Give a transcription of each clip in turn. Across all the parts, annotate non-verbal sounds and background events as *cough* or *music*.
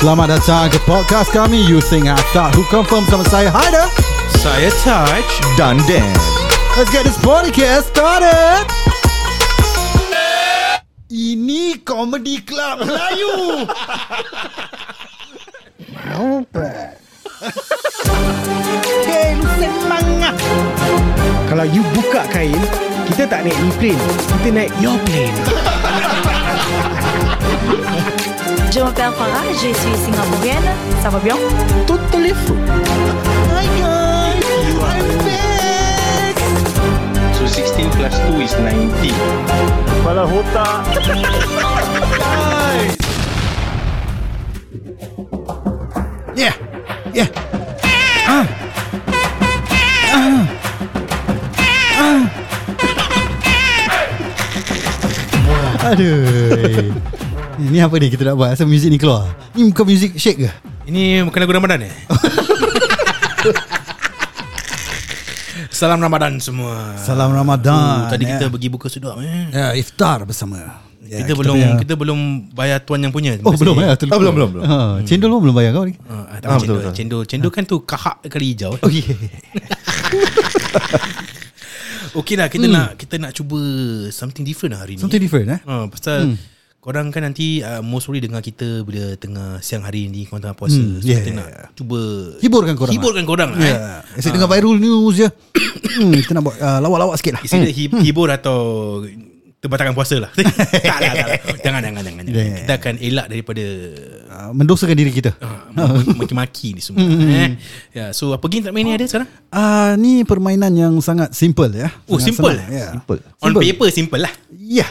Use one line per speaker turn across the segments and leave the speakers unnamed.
Selamat datang ke podcast kami You Think I Thought Who Confirm Sama saya Haider
Saya Touch
Dan Dan
Let's get this podcast started Ini Comedy Club Melayu
Kain semangat Kalau you buka kain Kita tak naik replane Kita naik your plane
Je m'appelle Farah, je suis singapourienne. Ça va bien?
Totally full
So 16 plus 2 is 90.
Yeah Yeah ah. Ah. Ah. *laughs* Aduh Ini apa ni kita nak buat Asal muzik ni keluar Ni bukan muzik shake ke?
Ini bukan lagu Ramadan eh? Salam Ramadan semua
Salam Ramadan
Tadi kita
ya.
bagi buka sedap eh?
Ya, iftar bersama Ya,
kita, belum
punya-
kita belum bayar tuan yang punya
Oh belum ya?
Oh, belum, belum, belum.
Ha, cendol pun belum bayar kau ni.
Ah,
Ah,
tak
betul,
cendol,
betul.
cendol, cendol kan tu kahak kali hijau. eh.
Oh yeah.
Okey lah kita nak kita nak cuba something different lah hari ni.
Something different eh?
Ha, pasal hmm. korang kan nanti uh, most probably dengar kita bila tengah siang hari ni korang tengah puasa. Hmm, so
yeah,
yeah, kita
yeah,
nak cuba
Hiburkan korang.
hiburkan korang lah. Yeah.
Ya. Asyik tengah viral news je. *coughs* Hmm, kita nak buat ah, lawak-lawak sikit lah.
Is it hi- hibur atau terbatalkan puasa
*laughs*
lah. tak lah, tak lah. Jangan, jangan, jangan. jangan.
Yeah.
Kita akan elak
*laughs*
daripada
Ah, mendosakan diri kita.
ah, maki-maki ni semua.
Hmm.
eh. Ya, so apa game tak main ni ada sekarang?
Ah, ni permainan yang sangat simple ya.
Oh,
Sangat
simple.
senang, Ya.
Simple.
On
Simple.
paper simple lah.
Ya.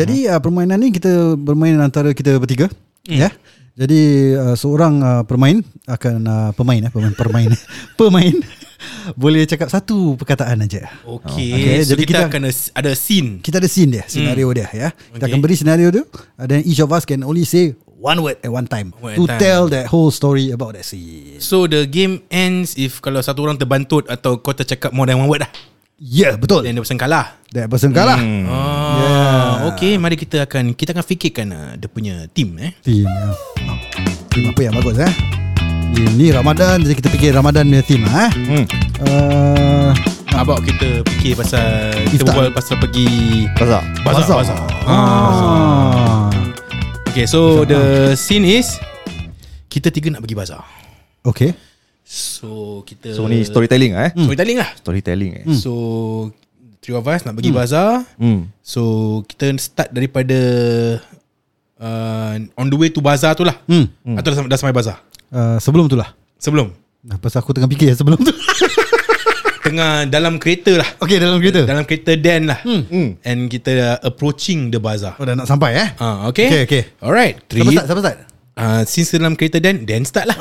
Jadi ah, permainan ni kita bermain antara kita bertiga.
Hmm.
Ya. Jadi ah, seorang ah, pemain akan ah, pemain eh *laughs* pemain pemain pemain boleh cakap satu perkataan aja.
Okay,
Okey, Oh,
so
jadi
kita,
kita-
akan as- ada scene.
kita ada scene dia, scenario dia ya. Kita
Hmm. Okay.
akan beri scenario tu uh, then each of us can only say one word at one time
One at
to
time.
tell that whole story about that scene.
So the game ends if kalau satu orang terbantut atau kau tercakap more than one word lah.
Ya, yeah, betul. Hmm.
Then the person kalah.
That person kalah.
Ah, yeah. okay. Mari kita akan kita akan fikirkan uh, dia punya team eh.
Team. Ya. Team apa yang bagus eh? Ini Ramadan jadi kita fikir Ramadan punya team eh.
Hmm.
Uh,
How about kita fikir pasal kita
Iftar.
berbual pasal pergi
Razak.
bazar. bazar.
ah.
Okay, so the scene is kita tiga nak pergi bazar.
Okay.
So kita
So ni storytelling ah, eh?
Hmm.
storytelling lah.
Storytelling eh.
So three of us nak pergi bazar.
Hmm.
So kita start daripada uh, on the way to bazar tu lah.
Hmm.
Atau dah, dah sampai bazar.
Uh, sebelum tu lah.
Sebelum
Nah, pasal aku tengah fikir sebelum tu. *laughs*
tengah dalam kereta lah.
okay, dalam kereta.
Dalam kereta Dan lah.
Hmm.
And kita approaching the bazar.
Oh, dah nak sampai eh.
Ah, okay.
Okay, okay.
Alright.
Siapa
Three.
start? Siapa start?
Uh, since dalam kereta Dan, Dan start lah.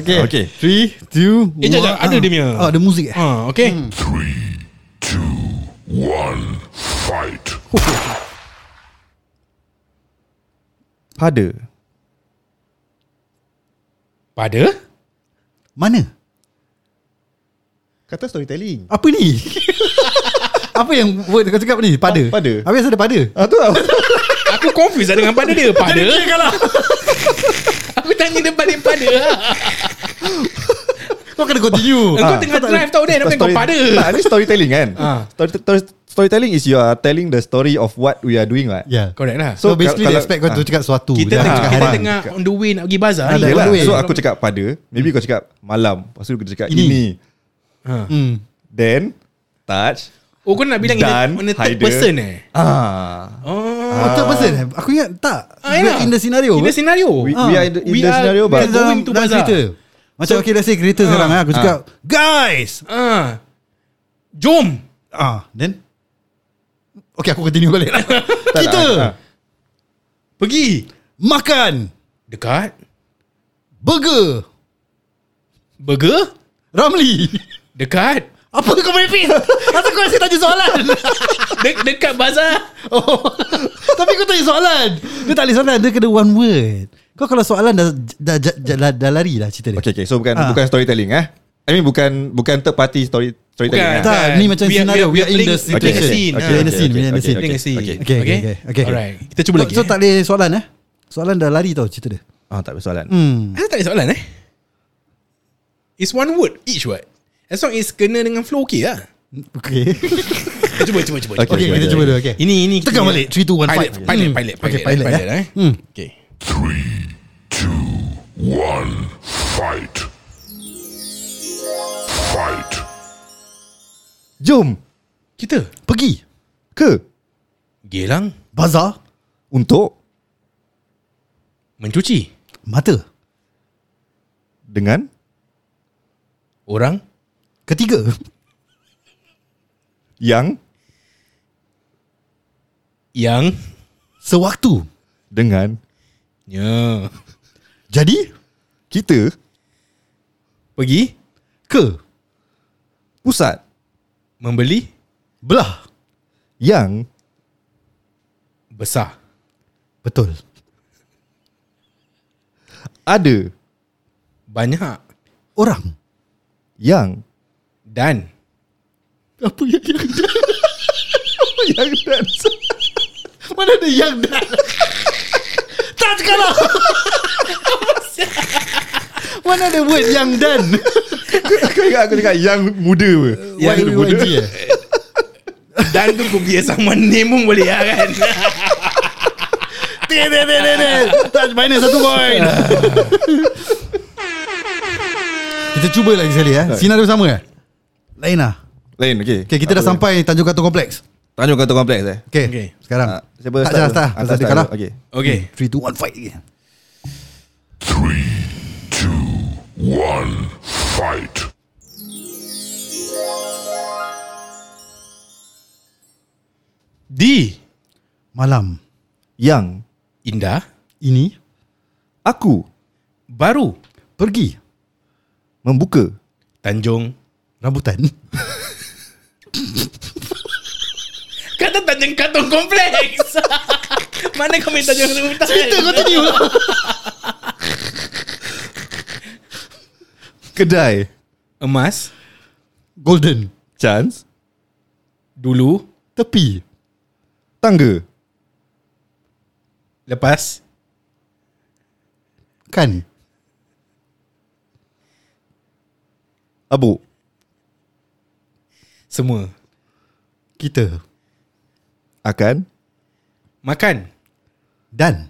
Okay.
Okay.
Three, two,
Eh, jap, jap. Ada dia punya.
Oh, ada muzik eh.
Ah, okay.
One fight.
Pada.
Pada?
Mana?
Kata storytelling.
Apa ni? *laughs* Apa yang word kau cakap ni? Pada.
Pada.
Habis ada pada.
Ah tu lah.
Aku confused lah dengan pada dia. Pada? *laughs* Aku tanya dia balik pada. lah.
Kau kena continue.
Kau
Ah,
tengah drive tau
Eh,
Dan. Apa yang kau pada?
Tak, ni storytelling kan?
Ah.
Story, story- storytelling is you are telling the story of what we are doing right?
Yeah.
Correct lah.
So,
So,
basically
kalau-
they expect kau tu cakap suatu.
ah. Kita
Dia
tengah,
cakap
kita
hari.
tengah on the way nak pergi bazar
Ah,
ni.
dah.
Yelah,
By the way.
lah. so aku cakap pada, maybe kau cakap malam. Lepas tu aku cakap
Ini.
ini.
Ha.
Hmm.
Then, touch.
Oh kau nak bilang kita
Dan,
on a third
Haider.
person eh?
Ah.
Oh.
Oh, third person. eh? Aku ingat tak.
Ah, yeah.
in the scenario.
In the scenario.
We,
Ah.
we are in the, in
We
the
are-
scenario
we
but
are going to bazar.
Macam okay, let's say kereta sekarang eh, aku cakap, "Guys."
Ah. Jom.
Ah, then Okay, aku continue balik. *laughs*
tak,
kita
ah.
Pergi.
makan
Dekat.
burger
Burger.
Ramli.
Dekat.
Apa kau merepek? Asal kau asyik tanya soalan?
De- dekat bazar.
Oh. Tapi kau tanya soalan. Dia tak boleh soalan, dia kena one word. Kau kalau soalan dah dah, dah, dah, dah, dah lari lah cerita dia.
Okay, okay. So bukan
Ah.
bukan storytelling eh. I mean bukan bukan third party story Storytelling
Bukan.
lah.
Tak, ni macam
Kan? We are-
scenario. We are in
playing-
the
we're playing
situation.
a scene.
We
Okay,
are in the
okay,
scene. We
okay,
are in the
okay,
scene.
Playing a scene.
Okay,
okay, okay, okay.
Alright. Kita cuba lagi.
So
eh.
tak boleh soalan eh? Soalan dah lari tau cerita dia.
Ah, tak ada soalan.
Hmm.
Ada tak ada soalan eh? It's one word each what? As long as kena dengan flow okay lah.
Okay.
Cuba, cuba, cuba.
Okay,
cuba.
okay, kita cuba dulu. Okay.
Ini, ini.
Tekan
kita-
balik. 3, 2, 1,
Pilot,
5.
pilot, pilot.
Okay, pilot,
pilot,
eh.
eh.
Hmm.
Okay.
Three, two, one, fight. Fight.
Jom
Kita.
Pergi.
ke
Gelang.
Bazar.
untuk
Mencuci.
Mata.
dengan
Orang.
Ketiga.
yang
Yang.
Sewaktu.
dengan
Ya.
Jadi.
kita
Pergi.
Ke.
pusat
Membeli.
Belah.
yang
Besar.
Betul.
ada
Banyak.
Orang.
yang
Dan.
Apa yang yang dan? Apa yang dan? Mana ada yang dan? tak cakap lah. Mana ada word yang dan?
Aku ingat aku cakap yang muda apa?
Yang
muda.
YG eh?
Dan tu kau biar sama name pun boleh lah kan.
Tih, tih, tih, tih, tih. Touch minus satu point. *laughs* Kita cuba lagi sekali eh. Sinar dia sama eh? Lain lah.
Lain okey.
Okay, kita dah
Apa?
sampai Tanjung Katong Kompleks.
Tanjung Kantong Kompleks eh.
Okay,
Okay.
sekarang.
Ah, siapa
tak jelas tak. lah. Tak ada kalah.
Okey.
Okay.
3, 2, 1, fight again.
Three, two, one, fight.
Di.
Malam
Yang
Indah.
ini
aku
Baru.
pergi
membuka
Tanjung.
rambutan. *laughs*
Kata Tanjung Katong Kompleks. *laughs* Mana kau main Tanjung Katong Kompleks? Cerita kau tadi.
kedai
Emas.
Golden.
chance
Dulu.
Tepi.
tangga
Lepas.
Kan?
abuk
Semua.
Kita.
akan
Makan.
Dan.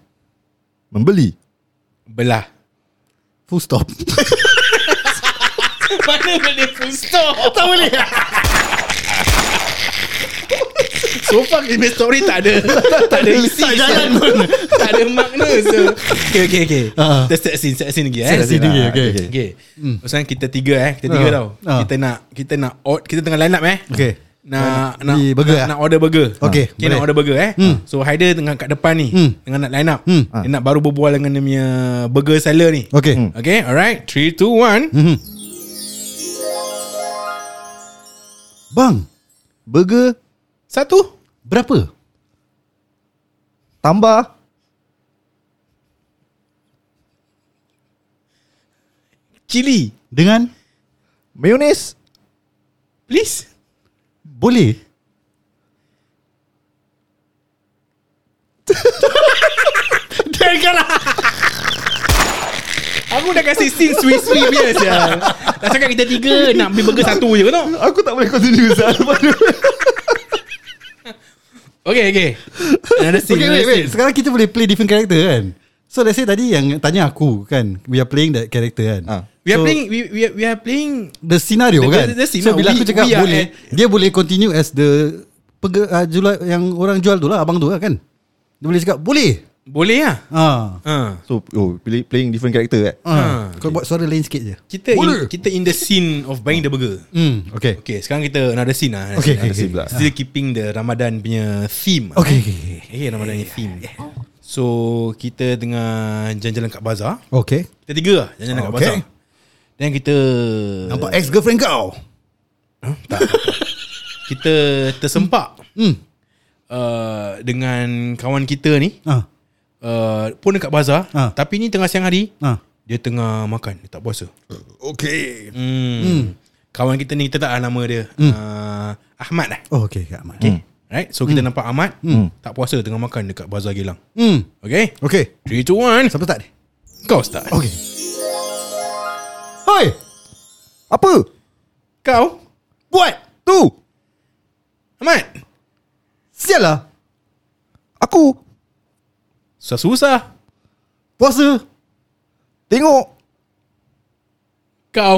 membeli
Belah.
Full stop.
Mana boleh full stop Tak boleh So far Christmas story tak ada Tak ada isi Tak jalan pun Tak ada makna so, Okay okay okay
Ah.
Kita set scene Set scene lagi eh
Set scene lagi,
Ah,
okay.
Okay, okay. Pasal kita tiga eh Kita tiga
Ah.
tau
Ah.
Kita nak Kita nak out, Kita tengah line up eh
Okay.
nak nak,
Beli burger
nak,
ah?
nak order burger. eh?
Okay,
okay
boleh.
nak order burger eh.
Hmm.
So Haider tengah kat depan ni,
Hmm.
tengah nak line up.
Hmm.
Dia nak baru berbual dengan dia punya burger seller ni.
Okay.
Hmm.
Ah. Okay, alright. 3 2 1.
Mhm. Bang,
burger
Satu.
berapa?
tambah
Chili.
Dengan
mayones
Please.
boleh.
Aku dah kasi scene sui-sui punya sia. Dah cakap kita tiga nak beli burger satu je kau tahu.
aku tak boleh continue Zal *laughs*
Okay, okay. Another scene.
Okay, wait,
another
wait.
scene.
Sekarang kita boleh play different character kan? So let's say tadi yang tanya aku kan, we are playing that character kan.
Ah.
We are
So,
playing we, we, are, we are playing
the scenario
The-
kan.
the- the scene
so
lah.
bila
We-
aku cakap
we are
boleh,
at-
dia boleh continue as the pege, uh, jual, yang orang jual tu lah, abang tu lah kan. Dia boleh cakap boleh.
boleh lah.
Ah.
Ha.
so oh, play, playing different character eh
Ah. Kau buat suara lain sikit je.
Kita in,
Boleh.
kita in the scene of buying the burger.
Hmm, okay.
Okay, sekarang kita another scene lah. another
Okay,
scene,
okay, Ah.
another scene.
okay.
Still keeping the Ramadan punya theme. lah.
Okay, okay, okay.
Okay, Ramadan punya theme. So, kita tengah jalan-jalan kat bazar.
Okay.
Kita tiga lah jalan-jalan kat
Okay.
bazar. Dan kita...
Nampak ex-girlfriend kau.
Kita tersempak
Hmm.
uh, dengan kawan kita ni
Ah.
uh, pun dekat bazar
Ah.
tapi
Ha.
ni tengah siang hari
Ah.
dia tengah makan dia tak puasa. Okay. Hmm. Kawan kita ni Kita tak tahu nama dia mm. uh, Ahmad lah
Oh okay Kak Ahmad Okay
Right So kita nampak Ahmad Tak puasa tengah makan Dekat Bazar Gilang
hmm.
Okay
Okay
3, 2, 1
Siapa start ni?
Kau start
Okay Hoi
Apa?
Kau
Buat
Tu.
Ahmad
Sial lah
Aku.
Susah-susah
Puasa
Tengok.
Kau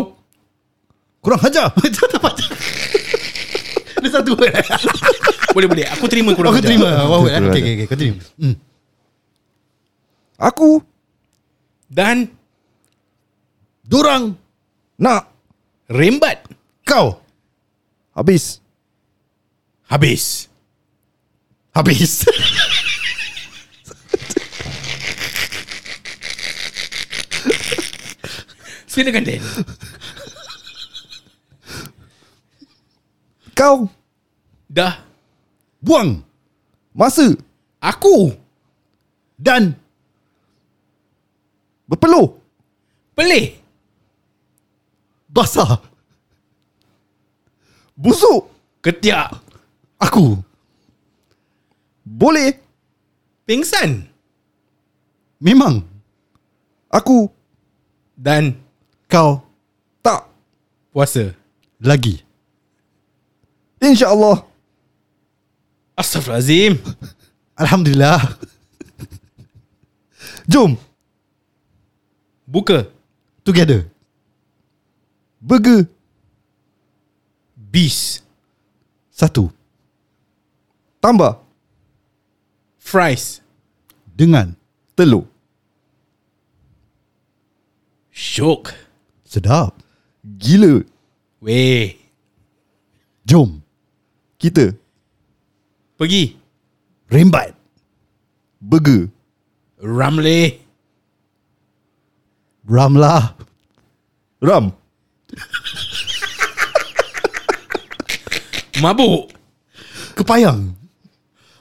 Kurang hajar Macam tak dapat Ada satu
*laughs*
word
Boleh-boleh Aku terima kurang
Aku
ajar.
terima Wow
Betul, betul,
Okay okay okay Kau terima hmm.
Aku.
Dan
Dorang
Nak.
Rembat
Kau
Habis.
Habis
Habis
Silakan Dan
Kau.
Dah
Buang
Masa.
Aku
Dan
Berpeluh.
Pelih
Basah
Busuk.
Ketiak
Aku
Boleh.
Pingsan
Memang
Aku.
Dan
Kau
Tak.
Puasa
Lagi
InsyaAllah.
Astaghfirullahalazim
Alhamdulillah *laughs*
Jom.
Buka
Together
Burger.
Beef
Satu
Tambah.
Fries
Dengan
Telur.
Syok
Sedap
Gila.
Weh
Jom
Kita.
Pergi
Rembat
Burger.
Ramle
Ramlah
Ram.
Mabuk
Kepayang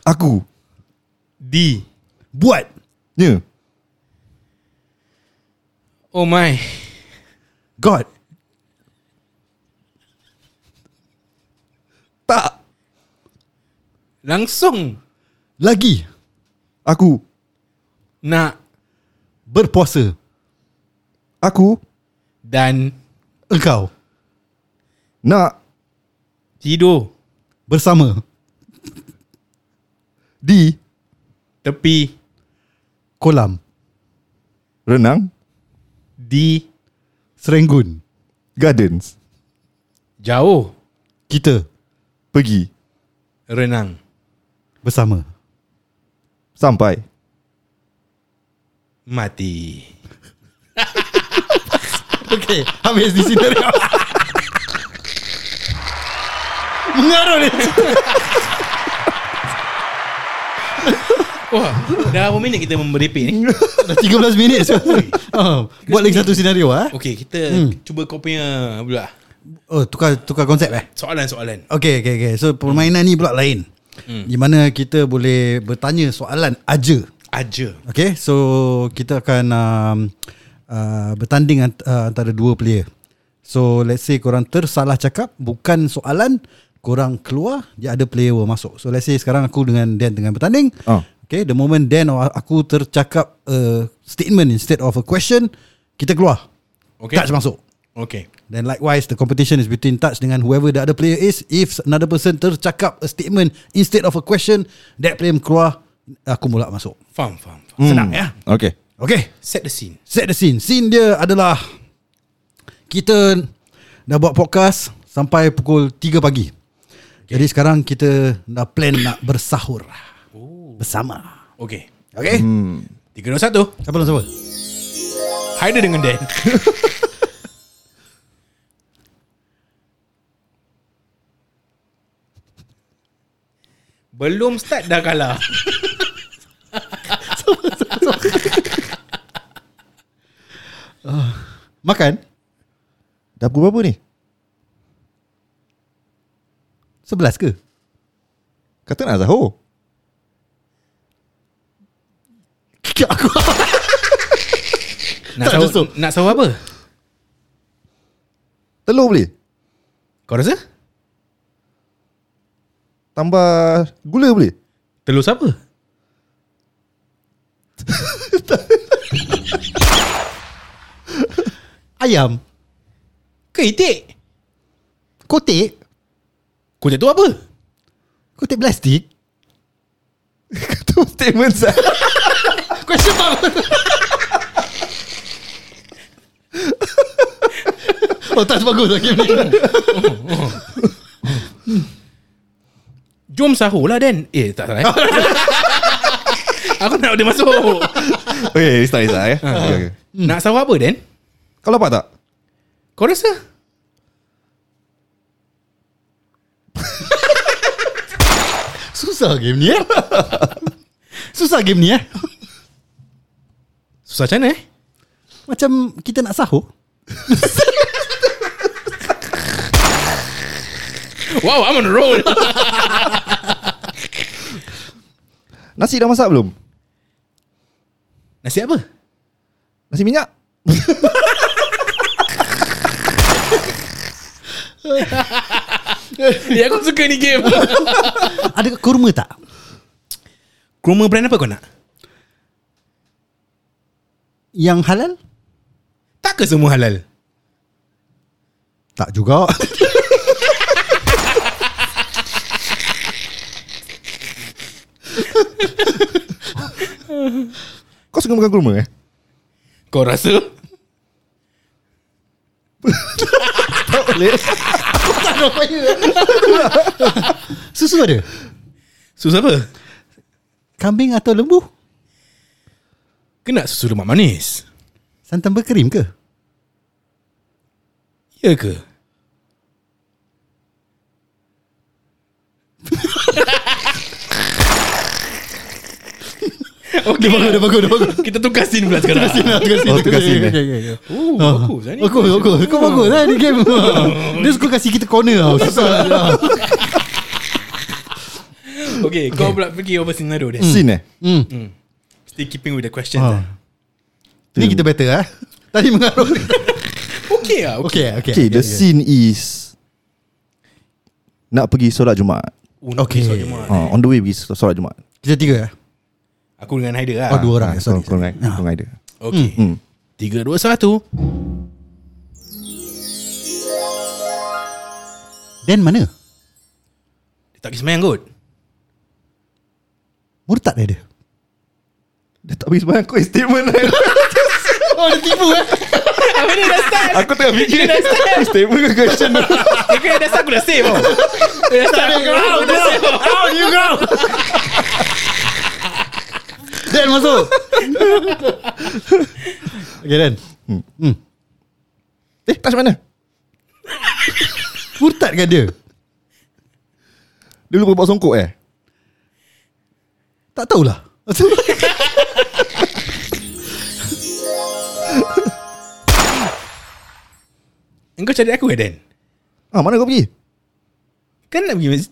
Aku.
Di
Buat
Nya.
Oh my
God
Tak.
Langsung
Lagi
Aku.
Nak
Berpuasa
Aku.
Dan
Engkau
Nak.
Tidur
Bersama
Di.
Tepi
Kolam
Renang.
Di
Serenggun
Gardens.
Jauh
Kita
Pergi.
Renang
Bersama
Sampai.
*laughs* Mati
Okay Habis di sini Mengarut ni
Wah Dah berapa minit kita merepek ni
*laughs*
*laughs*
Dah 13 minit so. *laughs* oh, Buat lagi satu senario ah.
Okay kita hmm. Cuba kau punya pula
Oh tukar tukar konsep eh
Soalan-soalan
Okay okay okay So permainan ni pula lain Di mana kita boleh bertanya soalan aja
Aja
Okay so kita akan um, uh, Bertanding ant- uh, antara dua player So let's say korang tersalah cakap Bukan soalan Korang keluar Dia ada player will masuk So let's say sekarang aku dengan Dan tengah bertanding
Ah.
Okay the moment Dan or aku tercakap a Statement instead of a question Kita keluar okay.
Okay
Touch masuk
Okay
Then likewise the competition is between touch dengan whoever the other player is. If another person tercakap a statement instead of a question, that player keluar, aku mula masuk.
Faham faham, faham.
Hmm. Senang ya.
Okay.
Okay,
Set the scene
set the scene. Scene dia adalah kita dah buat podcast sampai pukul 3 pagi. Okay. Jadi sekarang kita dah plan nak bersahur. Oh. Bersama.
Okay
Okay? Hmm.
3,
Siapa
2, 1
lah siapa?
Haider dengan Dan *laughs* Belum start dah kalah
Makan?
Dah pukul berapa ni?
11 ke?
Kata nak sahur.
*laughs* Aku
Nak
Tak ada sup.
sahur, nak sahur apa?
Telur boleh?
Kau rasa?
Tambah gula boleh?
Telur *laughs* siapa?
Ayam
Ke itik?
Kotik
Kunyit tu apa?
Kotik plastik
Itu statement *laughs* sah.
Question mark
*laughs* Oh tak sebagus lah game ni
oh, Jom sahur lah Dan Eh
*laughs*
tak salah eh. Aku nak dia masuk
Okay, restart restart eh. Okay, okay.
Hmm.
Nak sahur apa Dan?
Kau dapat tak?
Kau rasa?
*laughs* Susah game ni eh Susah game ni eh
Susah macam mana eh?
Macam kita nak sahur
Wow I'm on the roll
*laughs*
Nasi dah masak belum?
Nasi apa?
Nasi minyak?
Ya aku suka ni game
Ada kurma tak?
*laughs* Kurma brand apa kau nak?
Yang halal?
Tak ke semua halal?
Tak juga
Kau suka makan kurma eh?
Kau rasa?
*laughs* Susu ada?
Susu apa?
Kambing atau lembu?
Kena susu lemak manis
Santan berkerim ke?
Ya *laughs* ke?
Okay. Dia bagus, dia bagus, dia bagus.
Kita tukar scene pula sekarang Tukar scene lah
Terima kasih.
Oh, terima kasih.
Okay, okay, okay.
Oh bagus lah ni
Bagus, bagus. Kau bagus lah ni *laughs* game. Dia suka kasih kita corner tau. Susah.
Okay, Hmm. kau pula pergi over scenario dia
Sin eh?
Hmm.
Still keeping with the questions
Ah.
lah.
Ni kita better ah. *laughs* Tadi mengarut. ah,
Okay lah okay.
Okay, okay.
Okay, the scene is nak pergi solat Jumaat.
Oh, nak
Okay.
besok Jumaat.
Oh, on the way pergi solat Jumaat. Ah,
Kita tiga ah.
Aku dengan Haider
Oh,
lah
dua orang.
Sorry,
Sorry.
kurang kurang idea.
Okay
Hmm.
Tiga, dua, satu
Dan mana?
Dia tak pergi semayang *laughs* kot
Murtad dia dia.
Dia tak pergi semayang Kau statement lah
Oh, dia tipu eh.
Apa dia dah start
Aku tengah fikir *laughs* Statement ke question
Dia kena dah start aku dah save tau Dia dah start aku Aku dah save oh. tau.
How you go? Dan masuk. *laughs* okay, Dan.
Eh touch mana
Murtad kan dia?
Dia lupa bawa songkok eh
Tak tahulah.
Engkau cari aku ke Dan?
Ah mana kau pergi
Kan nak pergi masjid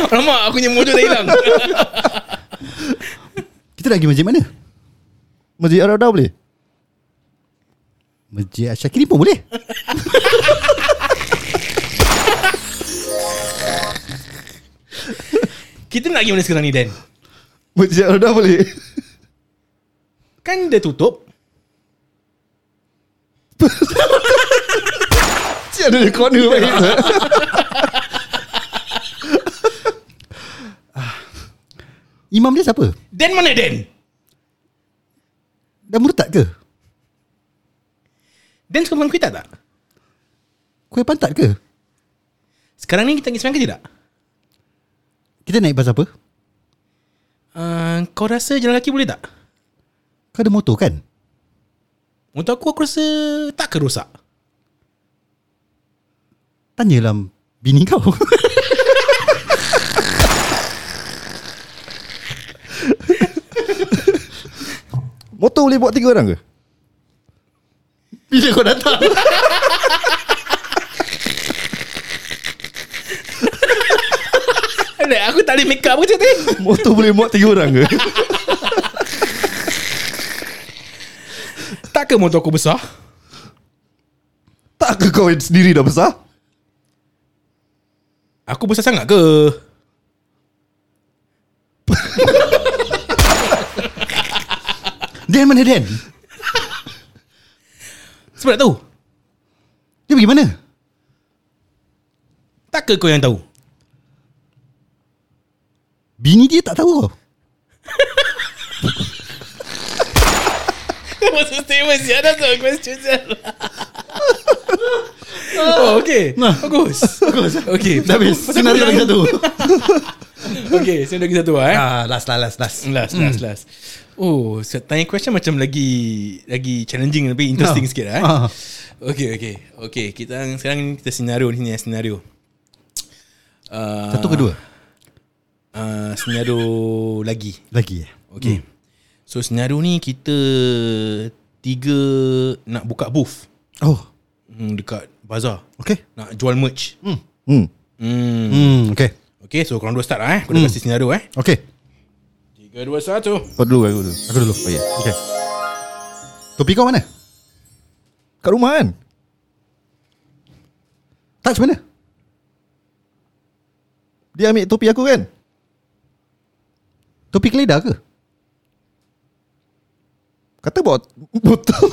*laughs* Alamak aku punya motor dah hilang
Kita nak pergi masjid mana?
Masjid Arada boleh
Masjid Syakiri pun boleh.
Kita nak pergi mana sekarang ni Dan?
*laughs* Masjid Arada boleh
Kan dia tutup
Cik ada di corner baik
*laughs* Imam dia siapa?
Dan mana Dan?
Dah murtad ke?
Dan suka makan kuitat tak?
Kuih pantat ke?
Sekarang ni kita pergi semayang ke tidak?
Kita naik bas apa?
Uh, kau rasa jalan kaki boleh tak?
Kau ada motor kan?
Untuk aku aku rasa tak ke rosak
Tanyalah bini kau. *laughs*
Motor boleh buat tiga orang ke
Bila kau
*laughs*
datang?
Alah, Aku tak boleh make up ke eh? cerita ni?
Motor boleh muat tiga orang ke
Tak ke motor aku besar?
Tak *laughs* Tak ke kau sendiri dah besar?
Aku besar sangat ke?
Dan mana Dan?
Sebab nak tahu
Dia pergi mana?
Tak ke kau yang tahu
Bini dia tak tahu tau.
*laughs* Maksud statement siapa Dah tahu question siapa Oh okay
Nah.
Bagus Bagus Okay
Dah habis Senario lagi satu
Okay Sini lagi satu lah eh
ah, Last lah last last
Last last last Oh so Tanya question macam lagi Lagi challenging Lebih interesting
Ah.
sikit lah eh
Ah.
Okay okay Okay kita Sekarang ni kita senario ni sini eh, Senario uh,
Satu *laughs* kedua
uh, Senario lagi
Lagi eh
Okay. Hmm. So senario ni kita tiga nak buka booth
Oh
hmm, dekat bazar.
Okay
Nak jual merch. Hmm.
Hmm.
hmm.
Hmm okay
Okay, so korang dua start lah eh. Kau dah kasi senario eh.
Okay
Tiga, dua, satu.
Kau dulu aku dulu.
Aku dulu
Oh ya. Yeah.
Okay Topi kau mana?
Kat rumah kan?
Touch mana?
Dia ambil topi aku kan?
Topi keledar ke?
Kata bawa *laughs* botol.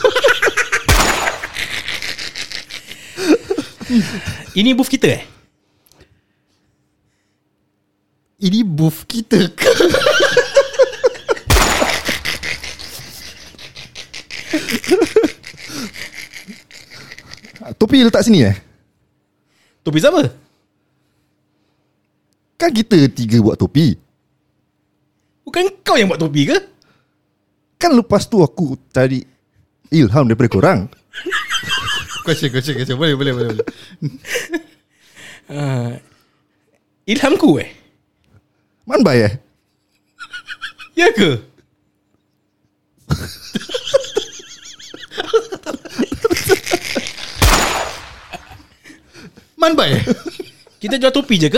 Ini booth kita eh?
Ini booth kita ke?
*laughs* topi letak sini eh?
Topi siapa?
Kan kita tiga buat topi.
Bukan kau yang buat topi ke?
Kan lepas tu aku cari ilham daripada korang.
Question question question Boleh boleh boleh, boleh.
Ilhamku eh?
Manbai eh? *laughs*
Ya ke?
Manbai
Kita jual topi je ke?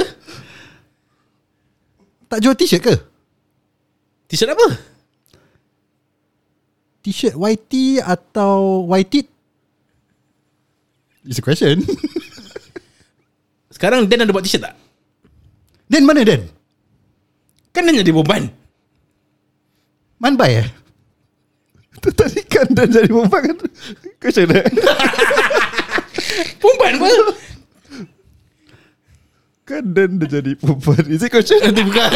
*laughs* Tak jual t-shirt ke?
T-shirt apa?
T-shirt YT atau YT? It's a question
Sekarang Dan ada buat t-shirt tak?
*laughs* Dan mana Dan?
Kan Dan jadi beban.
Manbai eh?
Tadi kan dan jadi beban kan? Question eh?
Beban apa?
Kan dan dah jadi beban. Is it question?
Itu bukan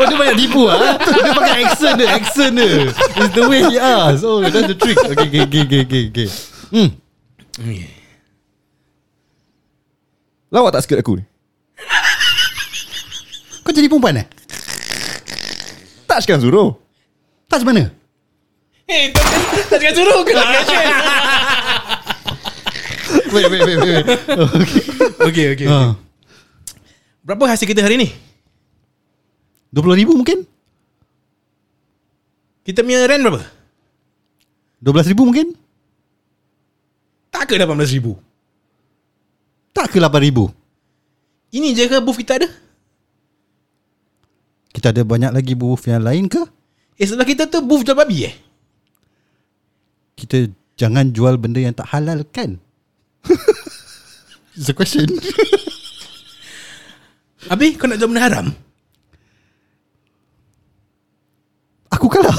Oh dia banyak tipu *laughs* ah. Dia pakai accent dia Accent dia It's the way he asks Oh that's the trick Okay okay okay okay, okay, okay. Hmm.
Lawak tak sikit aku ni?
Kau jadi perempuan eh?
Touchkan suruh.
Touch mana?
*laughs* Eh, tak, tak cakap suruh ke?
Wait wait wait *laughs* wait
okay, okay. okay.
uh,
Berapa hasil kita hari ni?
20 ribu mungkin?
Kita punya rent berapa?
12 ribu mungkin?
Tak ke RM18,000?
Tak ke 8 ribu?
Ini je ke booth kita ada?
Kita ada banyak lagi booth yang lain ke?
Eh sebelah kita tu booth jual babi eh?
Kita jangan jual benda yang tak halal kan? It's a question
Habis kau nak jual benda haram?
Aku *laughs* kalah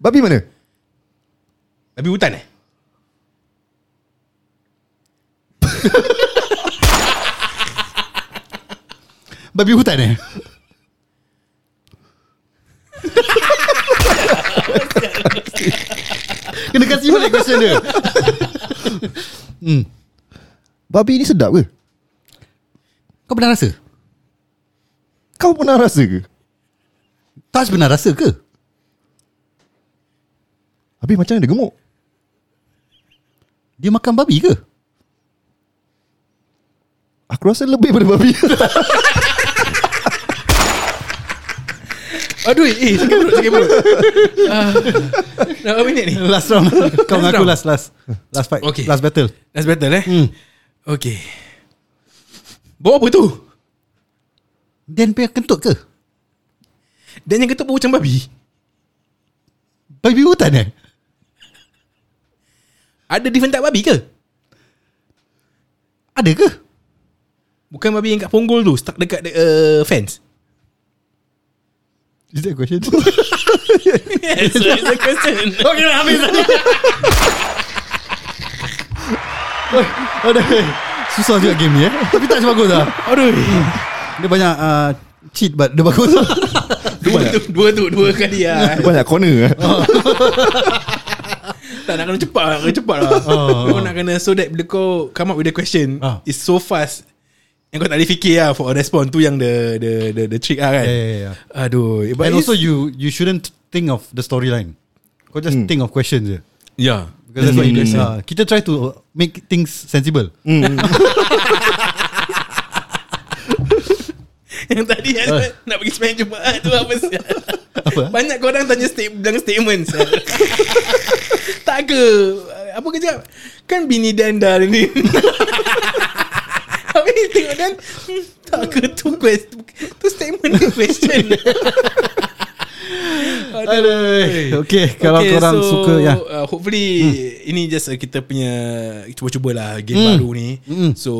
Babi mana?
Babi hutan eh?
Babi hutan eh? Kena kasih balik question dia
Hmm. Babi ni sedap ke?
Kau pernah rasa?
Kau pernah rasa ke?
Taj pernah rasa ke?
Habis macam mana dia gemuk?
Dia makan babi ke?
Aku rasa lebih daripada babi.
Aduh, eh sakit perut, sakit perut. Ah, Nak berapa minit ni?
Last round *laughs* Kau
Last
ngaku
round.
last last Last fight
Okay.
Last battle
Last battle eh? Hmm. Okay. Bawa apa tu?
Dan punya kentut ke?
Dan yang ketuk bau macam babi.
Babi hutan eh
Ada different type babi ke?
Ada ke
Bukan babi yang kat Punggol tu Stuck dekat uh, fence
Is that a *laughs* question
Yes so it's a *laughs* question
Okay lah habis Aduh Susah juga game ni eh Tapi tak sebagus lah Aduh Dia banyak uh, Cheat but dia *laughs* bagus
Dua tu Dua tu Dua kali lah
Dia *laughs* banyak corner eh.
Tak nak kena cepat Nak kena cepat lah
Oh.
Kau nak kena So that bila kau Come up with the question
Ah.
It's so fast Yang kau tak boleh fikir lah For a response Tu yang the The the, the trick lah kan
Yeah, yeah, yeah.
Aduh
But
it's-
And also you You shouldn't think of the storyline Kau just hmm. think of questions je
Yeah
Because that's what you do
*laughs*
uh, Kita try to Make things sensible *laughs*
Yang tadi uh. Nak pergi semain Jumaat tu apa sial
Ah, Apa?
Banyak korang tanya sta- bilang statement sial Tak ke Apa kau cakap Kan bini dan dah ni Habis tengok dan hmm, Tak ke tu question Tu statement ke question
Aduh Okay Kalau
Okay,
korang suka ya. Hmm.
uh, Hopefully Ini just uh, kita punya Cuba-cubalah Game baru ni
Hmm.
So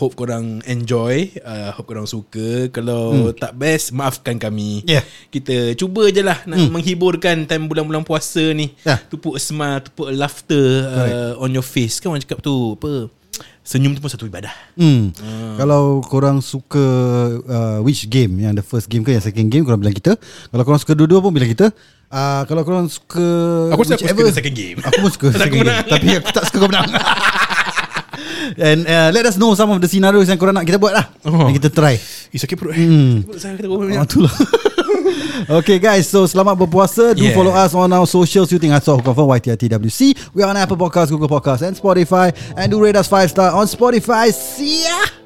Hope korang enjoy uh, Hope korang
Hmm.
suka Kalau tak best Maafkan kami
Yeah.
Kita cuba je lah Nak
Hmm.
menghiburkan Time bulan-bulan puasa ni
Yeah.
To put a smile To put a laughter uh, On your face Kan orang cakap tu Apa Senyum tu pun satu ibadah
Hmm. Uh. Kalau korang suka uh, which game yang the first game ke yang second game korang bilang kita. Kalau korang suka dua-dua pun bilang kita. Uh, kalau korang suka
Aku rasa aku
whichever-
suka the second game.
Aku pun suka
Tapi *laughs* aku
second game.
menang.
Tapi aku tak suka kau menang. *laughs* And uh, let us know some of the scenarios yang korang nak kita buat lah.
Oh.
Yang kita try.
It's okay bro *laughs* hmm. Saya kata kau
Ah, itulah. *laughs* okay guys, so selamat berpuasa. Do
Yeah.
follow us on our socials. You think I saw confirm YTITWC. We are on Apple Podcast, Google Podcast and Spotify. And do rate us 5 star on Spotify. See ya!